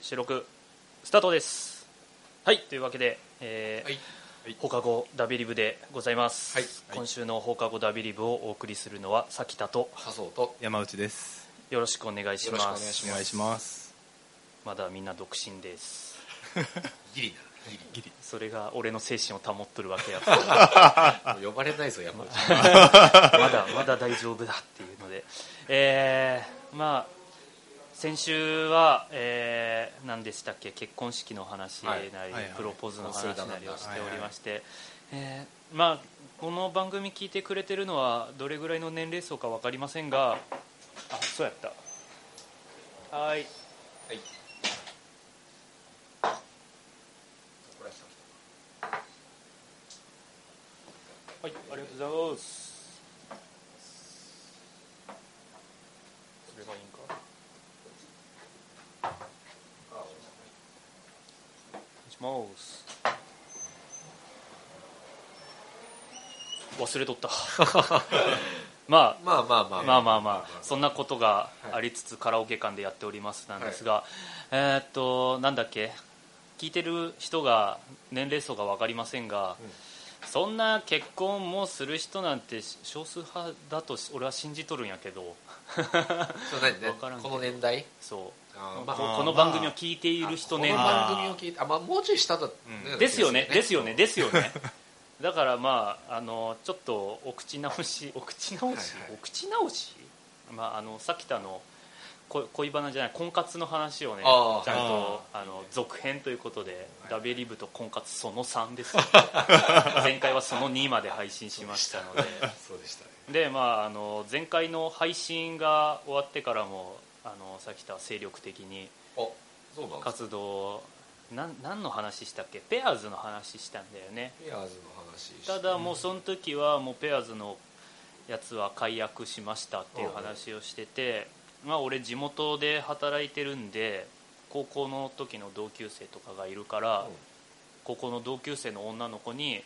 収録スタートですはいというわけで、えーはい放課後ダビリブでございます、はい今週の放課後ダビリブをお送りするのはさきたと佐藤と山内ですよろしくお願いしよろしくおま願いすしお願いしますまだみんな独身ですギリギリそれが俺の精神を保っとるわ けやだもう呼ばれないぞ山内まだまだ大丈夫だっていうのでえーまあ先週は、えー何でしたっけ結婚式の話なり、はいはいはいプロポーズの話なりをしておりまして、えーまあこの番組聞いてくれてるのはどれぐらいの年齢層か分かりませんがあそうやったはいはいはい、ありがとうございます。それがいいんか。お願いします。忘れとった。 ままあまあまああ、まあまあまあ、そんなことがありつつ、カラオケ館でやっておりますなんですが、えーっと、なんだっけ、聞いてる人が年齢層が分かりませんが、そんな結婚もする人なんて少数派だとし俺は信じとるんやけどそう何ねわからんけどこの年代そうあーこまあこの番組を聞いている人ねこのまあ番組を聞いてあまあもうちょい下だうんですよ ねですよねですすよねだからまああのちょっとお口直し お口直し、はいはいお口直し、まあ、あのさきたのこ恋バナじゃない婚活の話をねちあーゃんとあの続編ということで、はいダベリブと婚活その3です 前回はその2まで配信しましたのでそうでしたねでまああの前回の配信が終わってからもあのさっき言った精力的にあそうなんです活動なん何の話したっけペアーズの話したんだよねペアーズの話してただもうその時はもうペアーズのやつは解約しましたっていう話をしててまあ俺地元で働いてるんで高校の時の同級生とかがいるから、うん高校の同級生の女の子に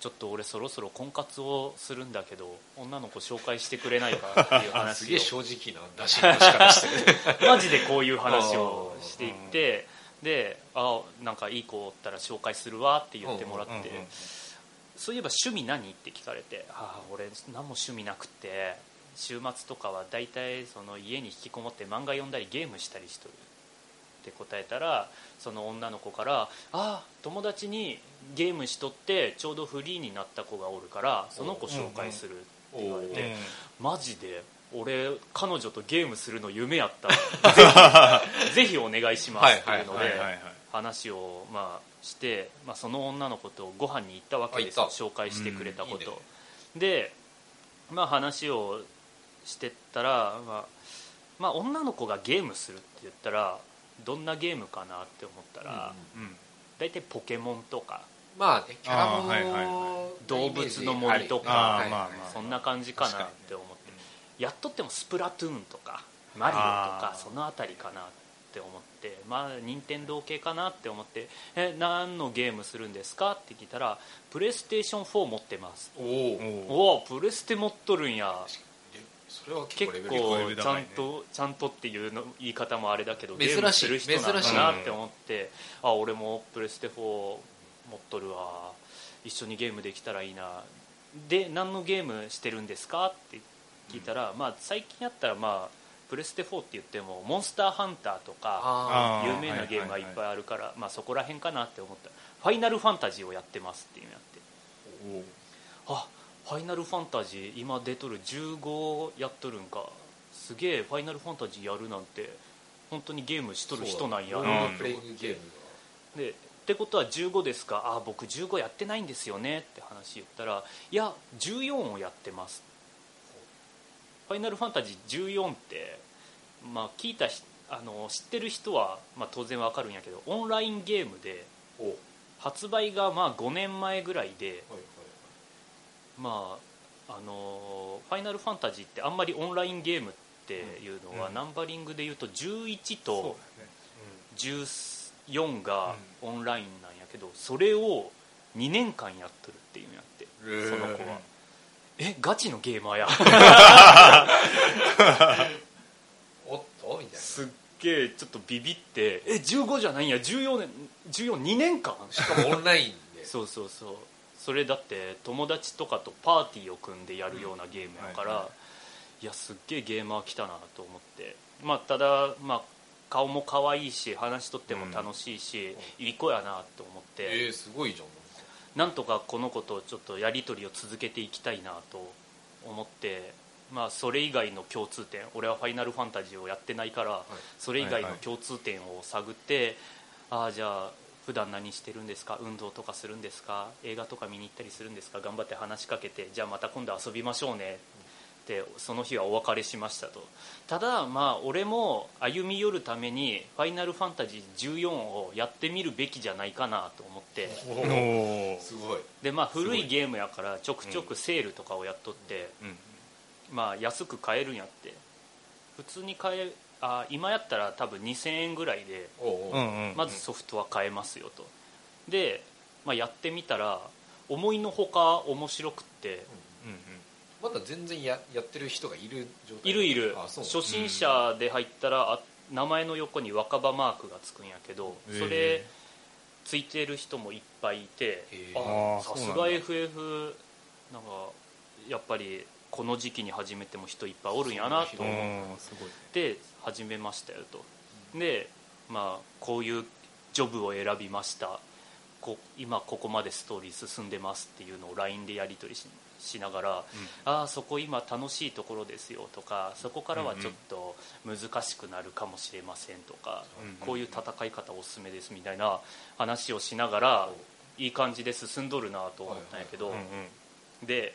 ちょっと俺そろそろ婚活をするんだけど女の子紹介してくれないかっていう あ話すをげえ正直な出しの仕方してるねマジでこういう話をしていってであなんかいい子おったら紹介するわって言ってもらってうんうんうんうんそういえば趣味何って聞かれてああ俺何も趣味なくて週末とかは大体その家に引きこもって漫画読んだりゲームしたりしとるって答えたらその女の子から「あー友達にゲームしとってちょうどフリーになった子がおるからその子紹介する」って 言われおてう。んマジで俺彼女とゲームするの夢やったぜひぜひお願いしますっていうのはでいはいはい話をまあして、まあ、その女の子とご飯に行ったわけですよあ行紹った介してくれたこうんいいねとで、まあ、話をしてったら、まあまあ、女の子がゲームするって言ったらどんなゲームかなって思ったら、うん大体ポケモンとかまあねキャラもあーはいはいは動物の森とかあーまあまあそんな感じかなって思ってやっとってもスプラトゥーンとかマリオとかあーその辺りかなって思ってまあ任天堂系かなって思って「え何のゲームするんですか?」って聞いたら「プレイステーション4持ってます」おおおーおおプレステ持っとるんやそれは結結構レベル構レベルちゃ高いんねとちゃんとっていうの言い方もあれだけど珍しいゲームする人なんだな珍しいって思ってあ俺もプレステ4持っとるわ一緒にゲームできたらいいなで何のゲームしてるんですかって聞いたら、まあ最近やったらまあプレステ4って言ってもモンスターハンターとかああー有名なゲームがいっぱいあるから、まあそこら辺かなって思ったファイナルファンタジーをやってますっていうのやっておーあファイナルファンタジー今出とる15やっとるんかすげえファイナルファンタジーやるなんて本当にゲームしとーる人なんやロうーだルプレイングゲームでってことは15ですかあ僕15やってないんですよねって話言ったらいや14をやってますファイナルファンタジー14って、まあ、聞いたひあの知ってる人は、まあ、当然わかるんやけどオンラインゲームでおおはい発売がまあ5年前ぐらいで、はいまああのーファイナルファンタジー」ってあんまりオンラインゲームっていうのは、うんナンバリングで言うと11そうとだね14がオンラインなんやけど、それを2年間やっとるっていうのやってへーその子はえガチのゲーマーやおっとみたい なすっげえちょっとビビってえ15じゃないんや14年142年間しかもオンラインでそうそうそうそれだって友達とかとパーティーを組んでやるようなゲームやから、はいいやすっげえゲーマー来たなと思ってまあただまあ顔も可愛いし話しとっても楽しいし、いい子やなと思って、えー、すごいじゃんなんとかこの子とちょっとやり取りを続けていきたいなと思って、まあ、それ以外の共通点俺は「ファイナルファンタジー」をやってないから、それ以外の共通点を探って、ああじゃあ普段何してるんですか運動とかするんですか映画とか見に行ったりするんですか頑張って話しかけてじゃあまた今度遊びましょうねってその日はお別れしましたとただまあ俺も歩み寄るために「ファイナルファンタジー14」をやってみるべきじゃないかなと思って。おおーーすごいでまあ古いゲームやからちょくちょくセールとかをやっとって、うんまあ安く買えるんやって普通に買えあ今やったら多分2000円ぐらいでおうおううんうんうんまずソフトは買えますよとで、まあ、やってみたら思いのほか面白くってうんうんまだ全然ややってる人がいる状態いるいるあそう初心者で入ったらあ名前の横に若葉マークがつくんやけどへーそれついてる人もいっぱいいてへーああーさそうすなんがだ FF なんかやっぱりこの時期に始めても人いっぱいおるんやなと思っうんすごいて始めましたよとでまあこういうジョブを選びましたこ今ここまでストーリー進んでますっていうのを LINE でやり取りししながら、ああそこ今楽しいところですよとかそこからはちょっと難しくなるかもしれませんとか、うんうんこういう戦い方おすすめですみたいな話をしながらいい感じで進んどるなと思ったんやけど、うんうんで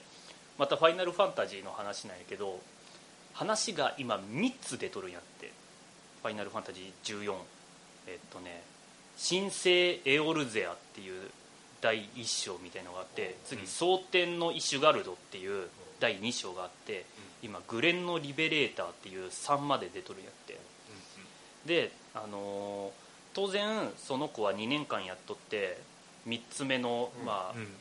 また「ファイナルファンタジー」の話なんやけど話が今3つ出とるんやって「ファイナルファンタジー14」えっとね「新生エオルゼア」っていう第1章みたいのがあって次「蒼天のイシュガルド」っていう第2章があって今「グレンのリベレーター」っていう3まで出とるんやってであのー当然その子は2年間やっとって3つ目の、まあうん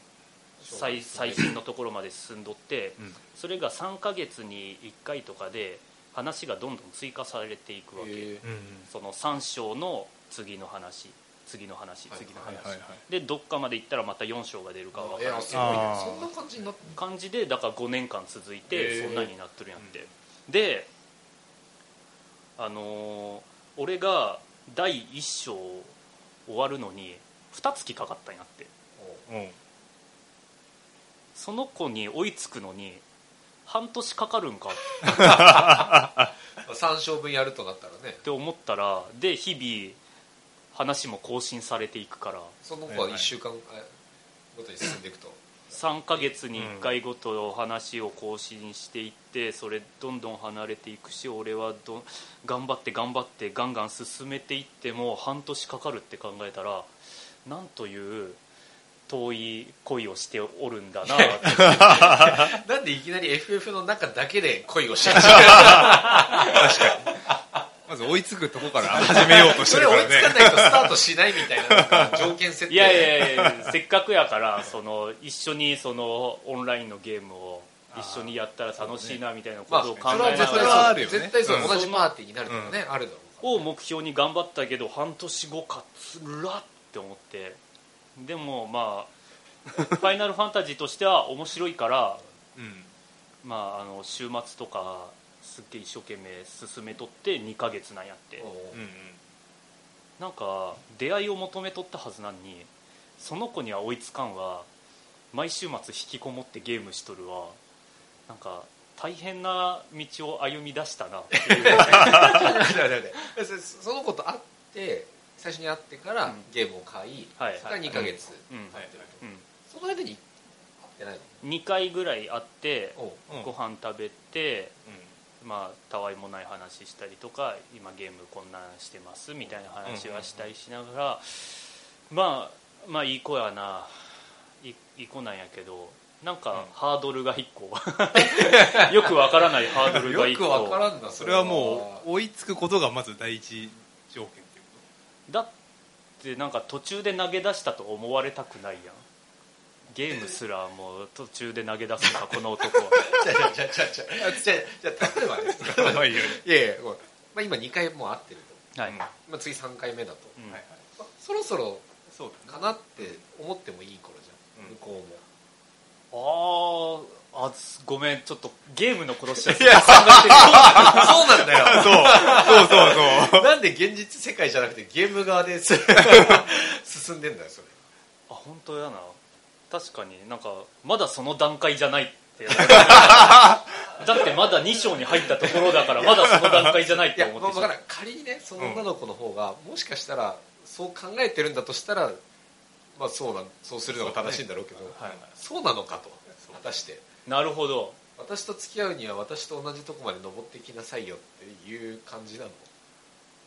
最最新のところまで進んどって、うんそれが3ヶ月に1回とかで話がどんどん追加されていくわけ、えうんその3章の次の話次の話はい次の話、はいはいはいでどっかまで行ったらまた4章が出るかは分ー、からないやいすごいねあーそんな感じになって感じでだから5年間続いへてーそんなになってるんやって、であのー俺が第1章終わるのに2月かかったんやってうんその子に追いつくのに半年かかるんか3勝分やるとなったらねって思ったらで日々話も更新されていくからその子は1週間あごとに進んでいくと3ヶ月に1回ごと話を更新していってそれどんどん離れていくし俺はどん頑張って頑張ってガンガン進めていっても半年かかるって考えたらなんという遠い恋をしておるんだなってなんでいきなり FF の中だけで恋をしちゃうまず追いつくと こから始めようとしそてれる追かいらつかねないとスタートしないみたいななんか条件設定いやいやいやせっかくやからその一緒にそのオンラインのゲームを一緒にやったら楽しいなみたいなことを考えながら、まあそれは絶対そう絶対そう、うん同じパーティーになるとかね、あるだろうを目標に頑張ったけど半年後かつらって思ってでもまあ ファイナルファンタジーとしては面白いから、うんまあ、あの週末とかすっげえ一生懸命進めとって2ヶ月なんやっておううんなんか出会いを求めとったはずなのにその子には追いつかんわ毎週末引きこもってゲームしとるわなんか大変な道を歩み出したなっていう だからだからそその子と会って最初に会ってから、うんゲームを買い、はいそれから2ヶ月うんうん経ってると、うんその間に会ってないの2回ぐらい会っておううんご飯食べてうまあたわいもない話したりとか今ゲームこんなんしてますみたいな話はしたりしながら、まあまあいい子やないいい子なんやけどなんかうんハードルが1個 よくわからないハードルが1よくわか個らんなそそれはもう追いつくことがまず第一条件っていうだってなんか途中で投げ出したと思われたくないやんゲームすらもう途中で投げ出すのかこの男はじゃあじゃあじゃあじゃあじゃあじゃあじゃあ例えばねことまあいいよねいやいやごめんまあ、今2回もう会ってるとはい、うんはまあ、次3回目だと、いはいはいまあそろそろそうだかねなって思ってもいい頃じゃん、うん向こうもあーあすごめんちょっとゲームの殺し屋さんいやそうなんだよ そうそうそうそうなんで現実世界じゃなくてゲーム側です 進んでんだよそれあ本当やな確かになんかまだその段階じゃないって 思うだってまだ2章に入ったところだからまだその段階じゃないっいてや思っまあて分しまかうらん仮にねその女の子の方が、もしかしたらそう考えてるんだとしたらまあそうなんそうするのが正しいんだろうけどそう,、はいなのかと果たしてなるほど私と付き合うには私と同じとこまで登ってきなさいよっていう感じなの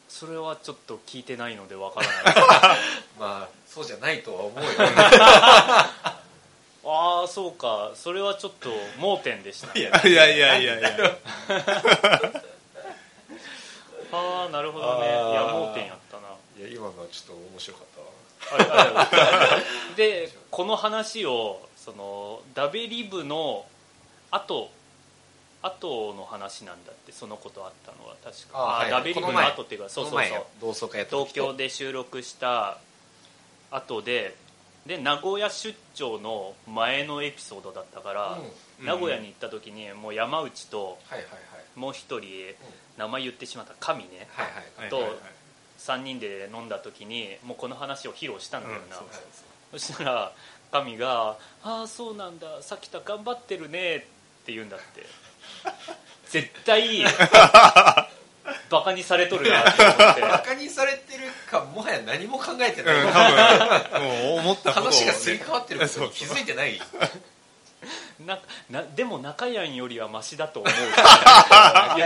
それはちょっと聞いてないのでわからない まあそうじゃないとは 思うよああそうかそれはちょっと盲点でしたねいやいやいやいやああなるほどねいやあー盲点やったないや今のはちょっと面白かったわあれあれあれでこの話をそのダベリブの後後の話なんだってそのことあったのは確かあはいダベリブこのの前後っていうかそうこそのう前そう同窓会やった時東京で収録した後でで名古屋出張の前のエピソードだったかうんらはい、名古屋に行った時にもう山内とはいはいもう一人名前言ってしまった神ねはいはいはいはいとはいはい3人で飲んだ時にもうこの話を披露したんだよな、うんそうはいそしたら神が「ああそうなんださきた頑張ってるね」って言うんだって絶対バカにされとるなって思バってカにされてるかもはや何も考えてない、うん多分もう思ったことをね話がすり替わってることそうに気づいてないななでも中やんよりはマシだと思うい言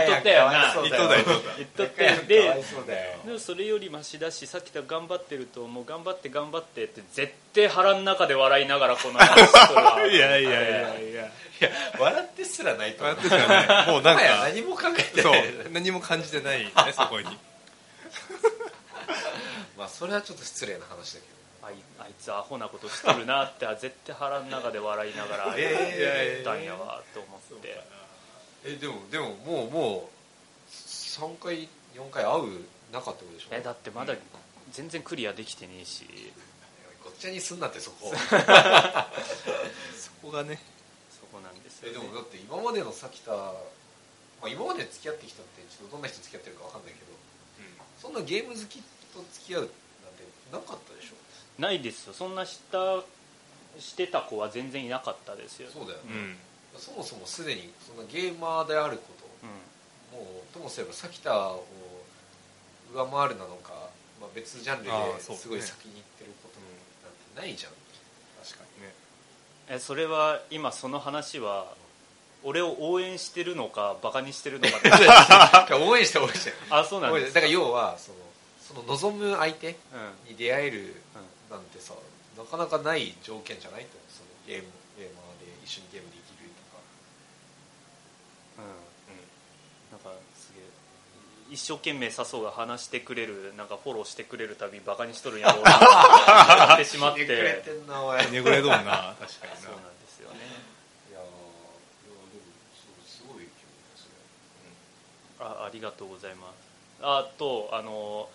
っとったよなやいやかわいそう言っとった言っとっ言っとっかわいてでそうだよでもそれよりマシだしさきた頑張ってると思う頑張って頑張ってって絶対腹の中で笑いながらこの話しとるわ たいやいやいやいやいや笑ってすらないと思う笑ってたよねもうなんもはやか何も考えてそない、う何も感じてないねそこにまあそれはちょっと失礼な話だけあいあいつアホなことしてるなってあ絶対腹の中で笑いながらいやいやいやいや言ったんやわと思ってどえでもでももうもう3回4回会う中ってことでしょえだってまだ全然クリアできてねえしごっちゃにすんなってそこそこがねそこなんですえでよ、ねも、だって今までのさきた、まあ、今まで付き合ってきたってちょっとどんな人付き合ってるかわかんないけどそんなゲーム好きと付き合うなんてなかったでしょないですよそんなしたしてた子は全然いなかったですよ、そうだよねう、んそもそもすでにそのゲーマーであるこうん、ともうともすればサキタを上回るなのか、まあ、別ジャンルあーでそうねすごい先に行ってることなんてないじゃん確かにねえそれは今その話は俺を応援してるのかバカにしてるのかって だから応援して応援してあそうなん応援でしすてだから要はそのその望む相手うんに出会えるなんてさなかなかない条件じゃないと思うそのゲームゲーマーで一緒にゲームできるとかなんかすげえ一生懸命さそうが話してくれるなんかフォローしてくれるたびバカにしとるんやろうなって思 ってしまってひねくれてんなおいねぐれどんな確かにそうなんですよねいやーいやでもそうすごい気分ですねあありがとうございますあとあの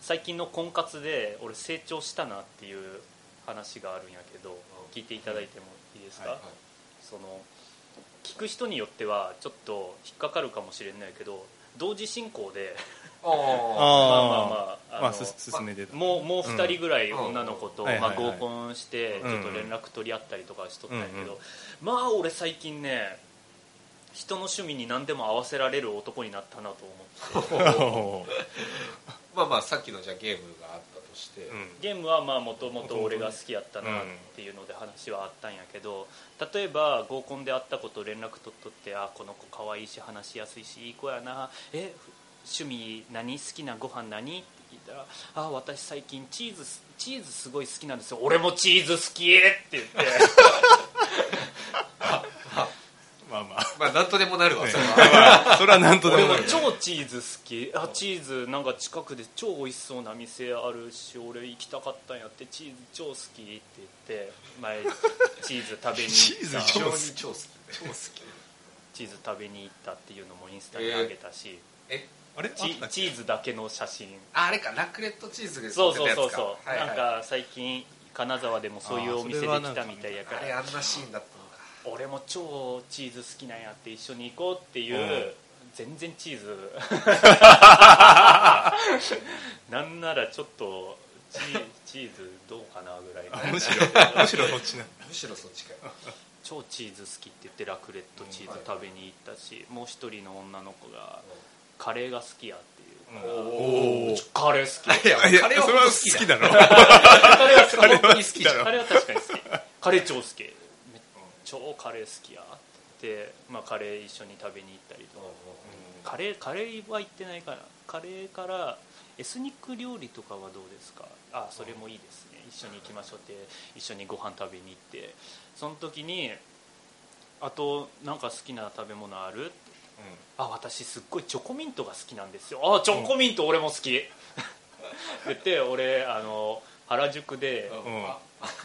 最近の婚活で俺成長したなっていう話があるんやけど聞いていただいてもいいですか、はいその聞く人によってはちょっと引っかかるかもしれないけど同時進行でああまああまあまあああまあのす進めてたもうもう2人ぐらいうん女の子と、うんはいまあ、はいは合いコンしてちうんょうっんと連絡取り合ったりとかしとったんやけど、うんうんまあ俺最近ね人の趣味に何でも合わせられる男になったなと思ってまあまあさっきのじゃあゲームがあったとして、ゲームはまあもともと俺が好きやったなっていうので話はあったんやけど例えば合コンで会ったこと連絡取っとってあこの子可愛いし話しやすいしいい子やなえ趣味何好きなご飯何って聞いたら「あ私最近チーズすチーズすごい好きなんですよ俺もチーズ好き!」って言って まあまあ まあなんとでもなるわ、ねそれはまあそれはなんとで俺ももなる超チーズ好きあチーズなんか近くで超美味しそうな店あるし俺行きたかったんやってチーズ超好きって言って前チーズ食べに チ行ーっズた非常超に好き超好き超好きチーズ食べに行ったっていうのもインスタに上げたし、えあれあっチたっけチーズだけの写真ああれかラクレットチーズがそう載っそうてたそやうつかそう、はいはいなんか最近金沢でもそういうお店できたみたいやかあれらあんなシーンだったのか俺も超チーズ好きなんやって一緒に行こうっていう、うん全然チーズなんならちょっとチチーズどうかなぐらいのあむしろむしろそっちなむしろそっちかよ超チーズ好きって言ってラクレットチーズ食べに行ったし、もう一人の女の子がカレーが好きやっていうから、おおおちょカレー好きいやいやカそレーれはは本当好好ききだだろカレーはそれは本当に好きじゃんカレーは確かに好きカレー超好きめ超カレー好きやって、まあ、カレー一緒に食べに行ったりとか、カレーカレーは行ってないからカレーからエスニック料理とかはどうですかあそれもいいですね一緒に行きましょうって一緒にご飯食べに行ってその時にあとなんか好きな食べ物あるあ私すっごいチョコミントが好きなんですよあチョコミント俺も好きって言って俺あの原宿でうんうんあ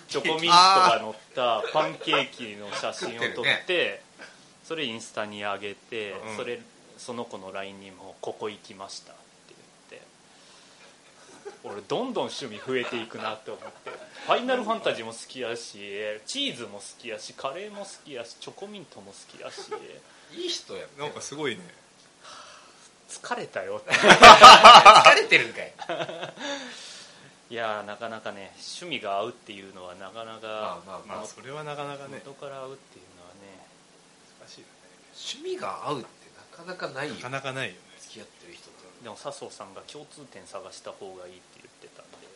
チョコミントが乗ったパンケーキの写真を撮食ってるってそれインスタに上げてうんそれその子の LINE にも「ここ行きました」って言って俺どんどん趣味増えていくなって思って「ファイナルファンタジー」も好きやしチーズも好きやしカレーも好きやしチョコミントも好きやしいい人やねなんかすごいね疲れたよって疲れてるんかいいやーなかなかね趣味が合うっていうのはなかなかまあまあまあまあそれはなかなかね元から合うっていうのはね難しいよ趣味が合うってなかなかないよねなかなかないよね付き合ってる人とでも笹生さんが共通点探した方がいいって言ってたんで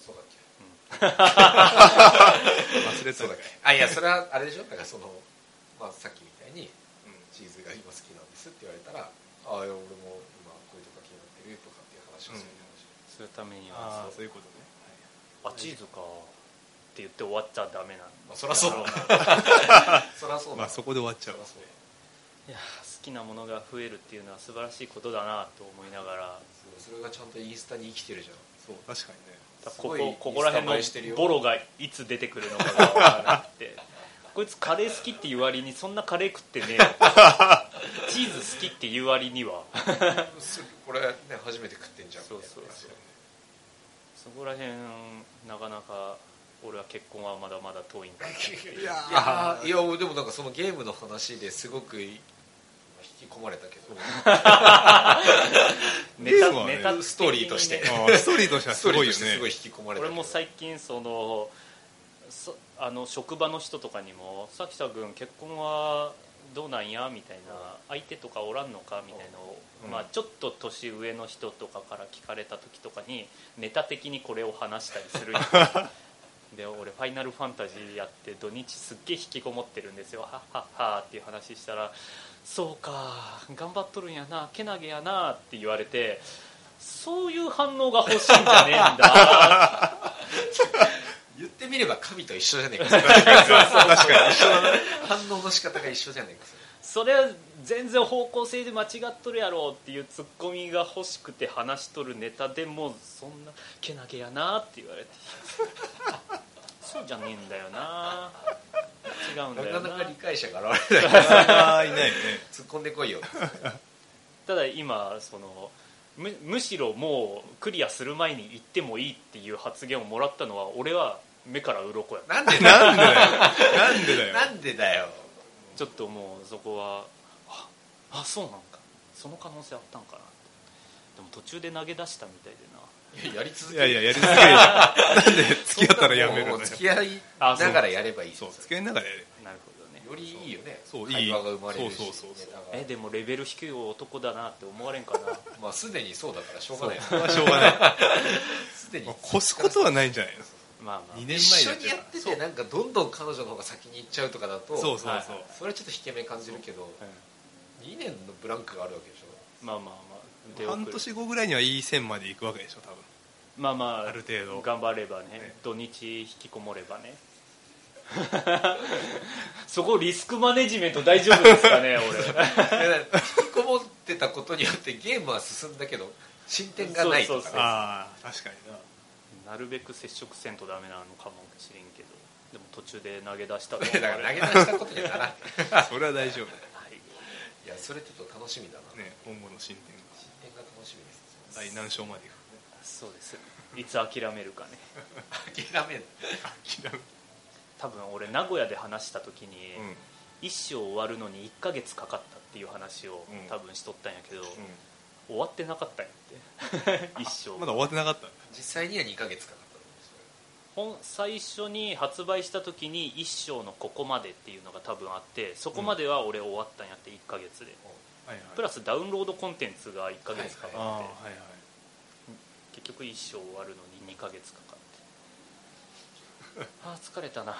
そうだっけ忘れたそうだっけあいやそれはあれでしょだからそのまあさっきみたいにうチーズが今好きなんですって言われたらああいや俺も今こういうとこ気になってるとかっていう話をするするためにんはああそういうことねあチーズかって言って終わっちゃダメなんだまあそりゃそうだそりゃそうだまあそこで終わっちゃそうりゃそうだいやー好きなものが増えるっていうのは素晴らしいことだなと思いながらそうそれがちゃんとインスタに生きてるじゃんそう確かにねすこごいこここら辺インスタ映えしてるのよボロがいつ出てくるのかが分からなく てこいつカレー好きって言う割にそんなカレー食ってね えよチーズ好きって言う割には すこれね初めて食ってんじゃんそうそうそうみそこら辺なかなか俺は結婚はまだまだ遠いんだなっていういや たいなねいやいやでもなんかそのゲームの話ですごく引き込まれたけどネゲータムはねネタ的にねストーリーとしてあ あストーリーとしてはストすーリーごいとよしてすごいね引き込まれたけど俺も最近そのそあの職場の人とかにも「さきさ君結婚はどうなんや?」みたいな「相手とかおらんのか?」みたいなのを、うんまあ、ちょっと年上の人とかから聞かれた時とかにネタ的にこれを話したりする で俺「ファイナルファンタジー」やって土日すっげえ引きこもってるんですよ「はっはっは」っていう話したら「そうか頑張っとるんやなけなげやな」って言われてそういう反応が欲しいんじゃねえんだ言ってみれば神と一緒じゃねえか 確かに反応の仕方が一緒じゃねえかそれそれは全然方向性で間違っとるやろっていうツッコミが欲しくて話しとるネタでもそんなけなげやなって言われ てそうじゃねえんだよ な違うんだよななかなか理解者が現れないなかなかいないね突っ込んでこ いよただ今そのむむしろもうクリアする前に行ってもいいっていう発言をもらったのは俺は目から鱗やなんでだよなんでだよなんでだよなんでだよちょっともうそこはああそうなんかその可能性あったんかなでも途中で投げ出したみたいでないややり続いけやるいややりすぎるなんで付き合ったらやめるものうよ付き合いながらやればいいそう付き合いながらやれなるほどねよりいいよねそうい会い話が生まれるしそうそうそうそうネタがえでもレベル低い男だなって思われん かなまあすでにそうだからしょうがそうないよそれはしょうがないすでにまあ越すことはないんじゃないのまあまあ2一年前緒だにやっっててなんかどんどん彼女の方が先に行っちゃうとかだとそうそうそうはいそうそれはちょっと引け目感じるけど2年のブランクがあるわけでしょまあまあまあ出遅れ半年後ぐらいにはいい線まで行くわけでしょ多分まあまあある程度頑張ればねね土日引きこもればね そこリスクマネジメント大丈夫ですか ねいや引きこもってたことによってゲームは進んだけど進展がないとそうそうかそうねああ確かにな 俺なるべく接触せんとダメなのかもしれんけどでも途中で投げ出したと 思だか わられ投はげ出したことにはならないそれは大丈夫いいやそれちょっと楽しみだな、ね今後の進展が点が楽しみです第何章までそうですいつ諦めるかね諦める行 く多分俺名古屋で話した時にうんうん一章終わるのに1ヶ月かかったっていう話をうん多分しとったんやけど、終わってなかったんやって 一章まだ終わってなかった実際には2ヶ月かかったと思本最初に発売した時に一章のここまでっていうのが多分あってそこまでは俺終わったんやって1ヶ月で、はいはいプラスダウンロードコンテンツが1ヶ月かかって、ああはいはい結局一章終わるのに2ヶ月かか ってああ疲れたな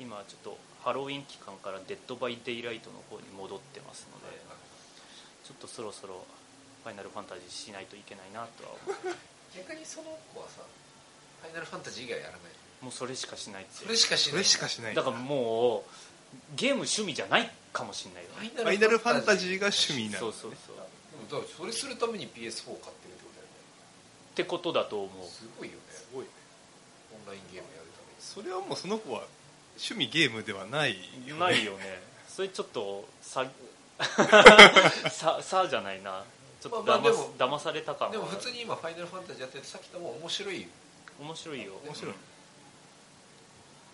今ちょっとハロウィン期間から「デッド・バイ・デイ・ライト」の方に戻ってますのでちょっとそろそろ「ファイナルファンタジー」しないといけないなとは思う逆にその子はさ「ファイナルファンタジー」以外やらないもうそれしかしないってそれしかしないそれしかしないだからもうゲーム趣味じゃないかもしれないよフねァファイナルファンタジーが趣味なそのうそうそうっでもだからそれするために PS4 買ってるってことだよてことだと思うねすごいよねすごいねオンラインゲームやるためにそれはもうその子は趣味ゲームではないよねないよねそれちょっと さささじゃないなちょっと騙,、まあまあでも騙された感はでも普通に今「ファイナルファンタジー」やっててさっきとも面白いよ面白いよ面白い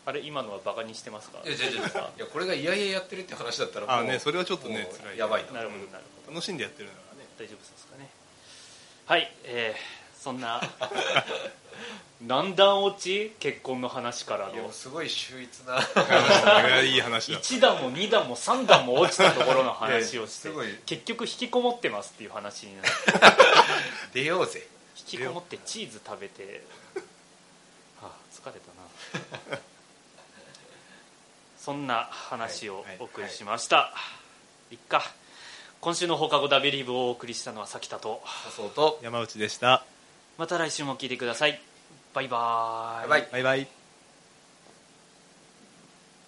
あれ今のはバカにしてますかいや違う違ういやこれがいやいややってるって話だったらもうあねそれはちょっとねもう辛いやばいななるほどなるほど楽しんでやってるならね大丈夫ですかねはいえー、そんな何段落ち結婚の話からいやものうすごい秀逸 なあれはいい話だ1段も2段も3段も落ちたところの話をしていやすごい結局引きこもってますっていう話になって出ようぜ引きこもってチーズ食べてはあ疲れたなそんな話をお送りしました、いっか今週の放課後ダビリブをお送りしたのはき田とそうと山内でしたまた来週も聞いてくださいバイバーバイバイバイバイ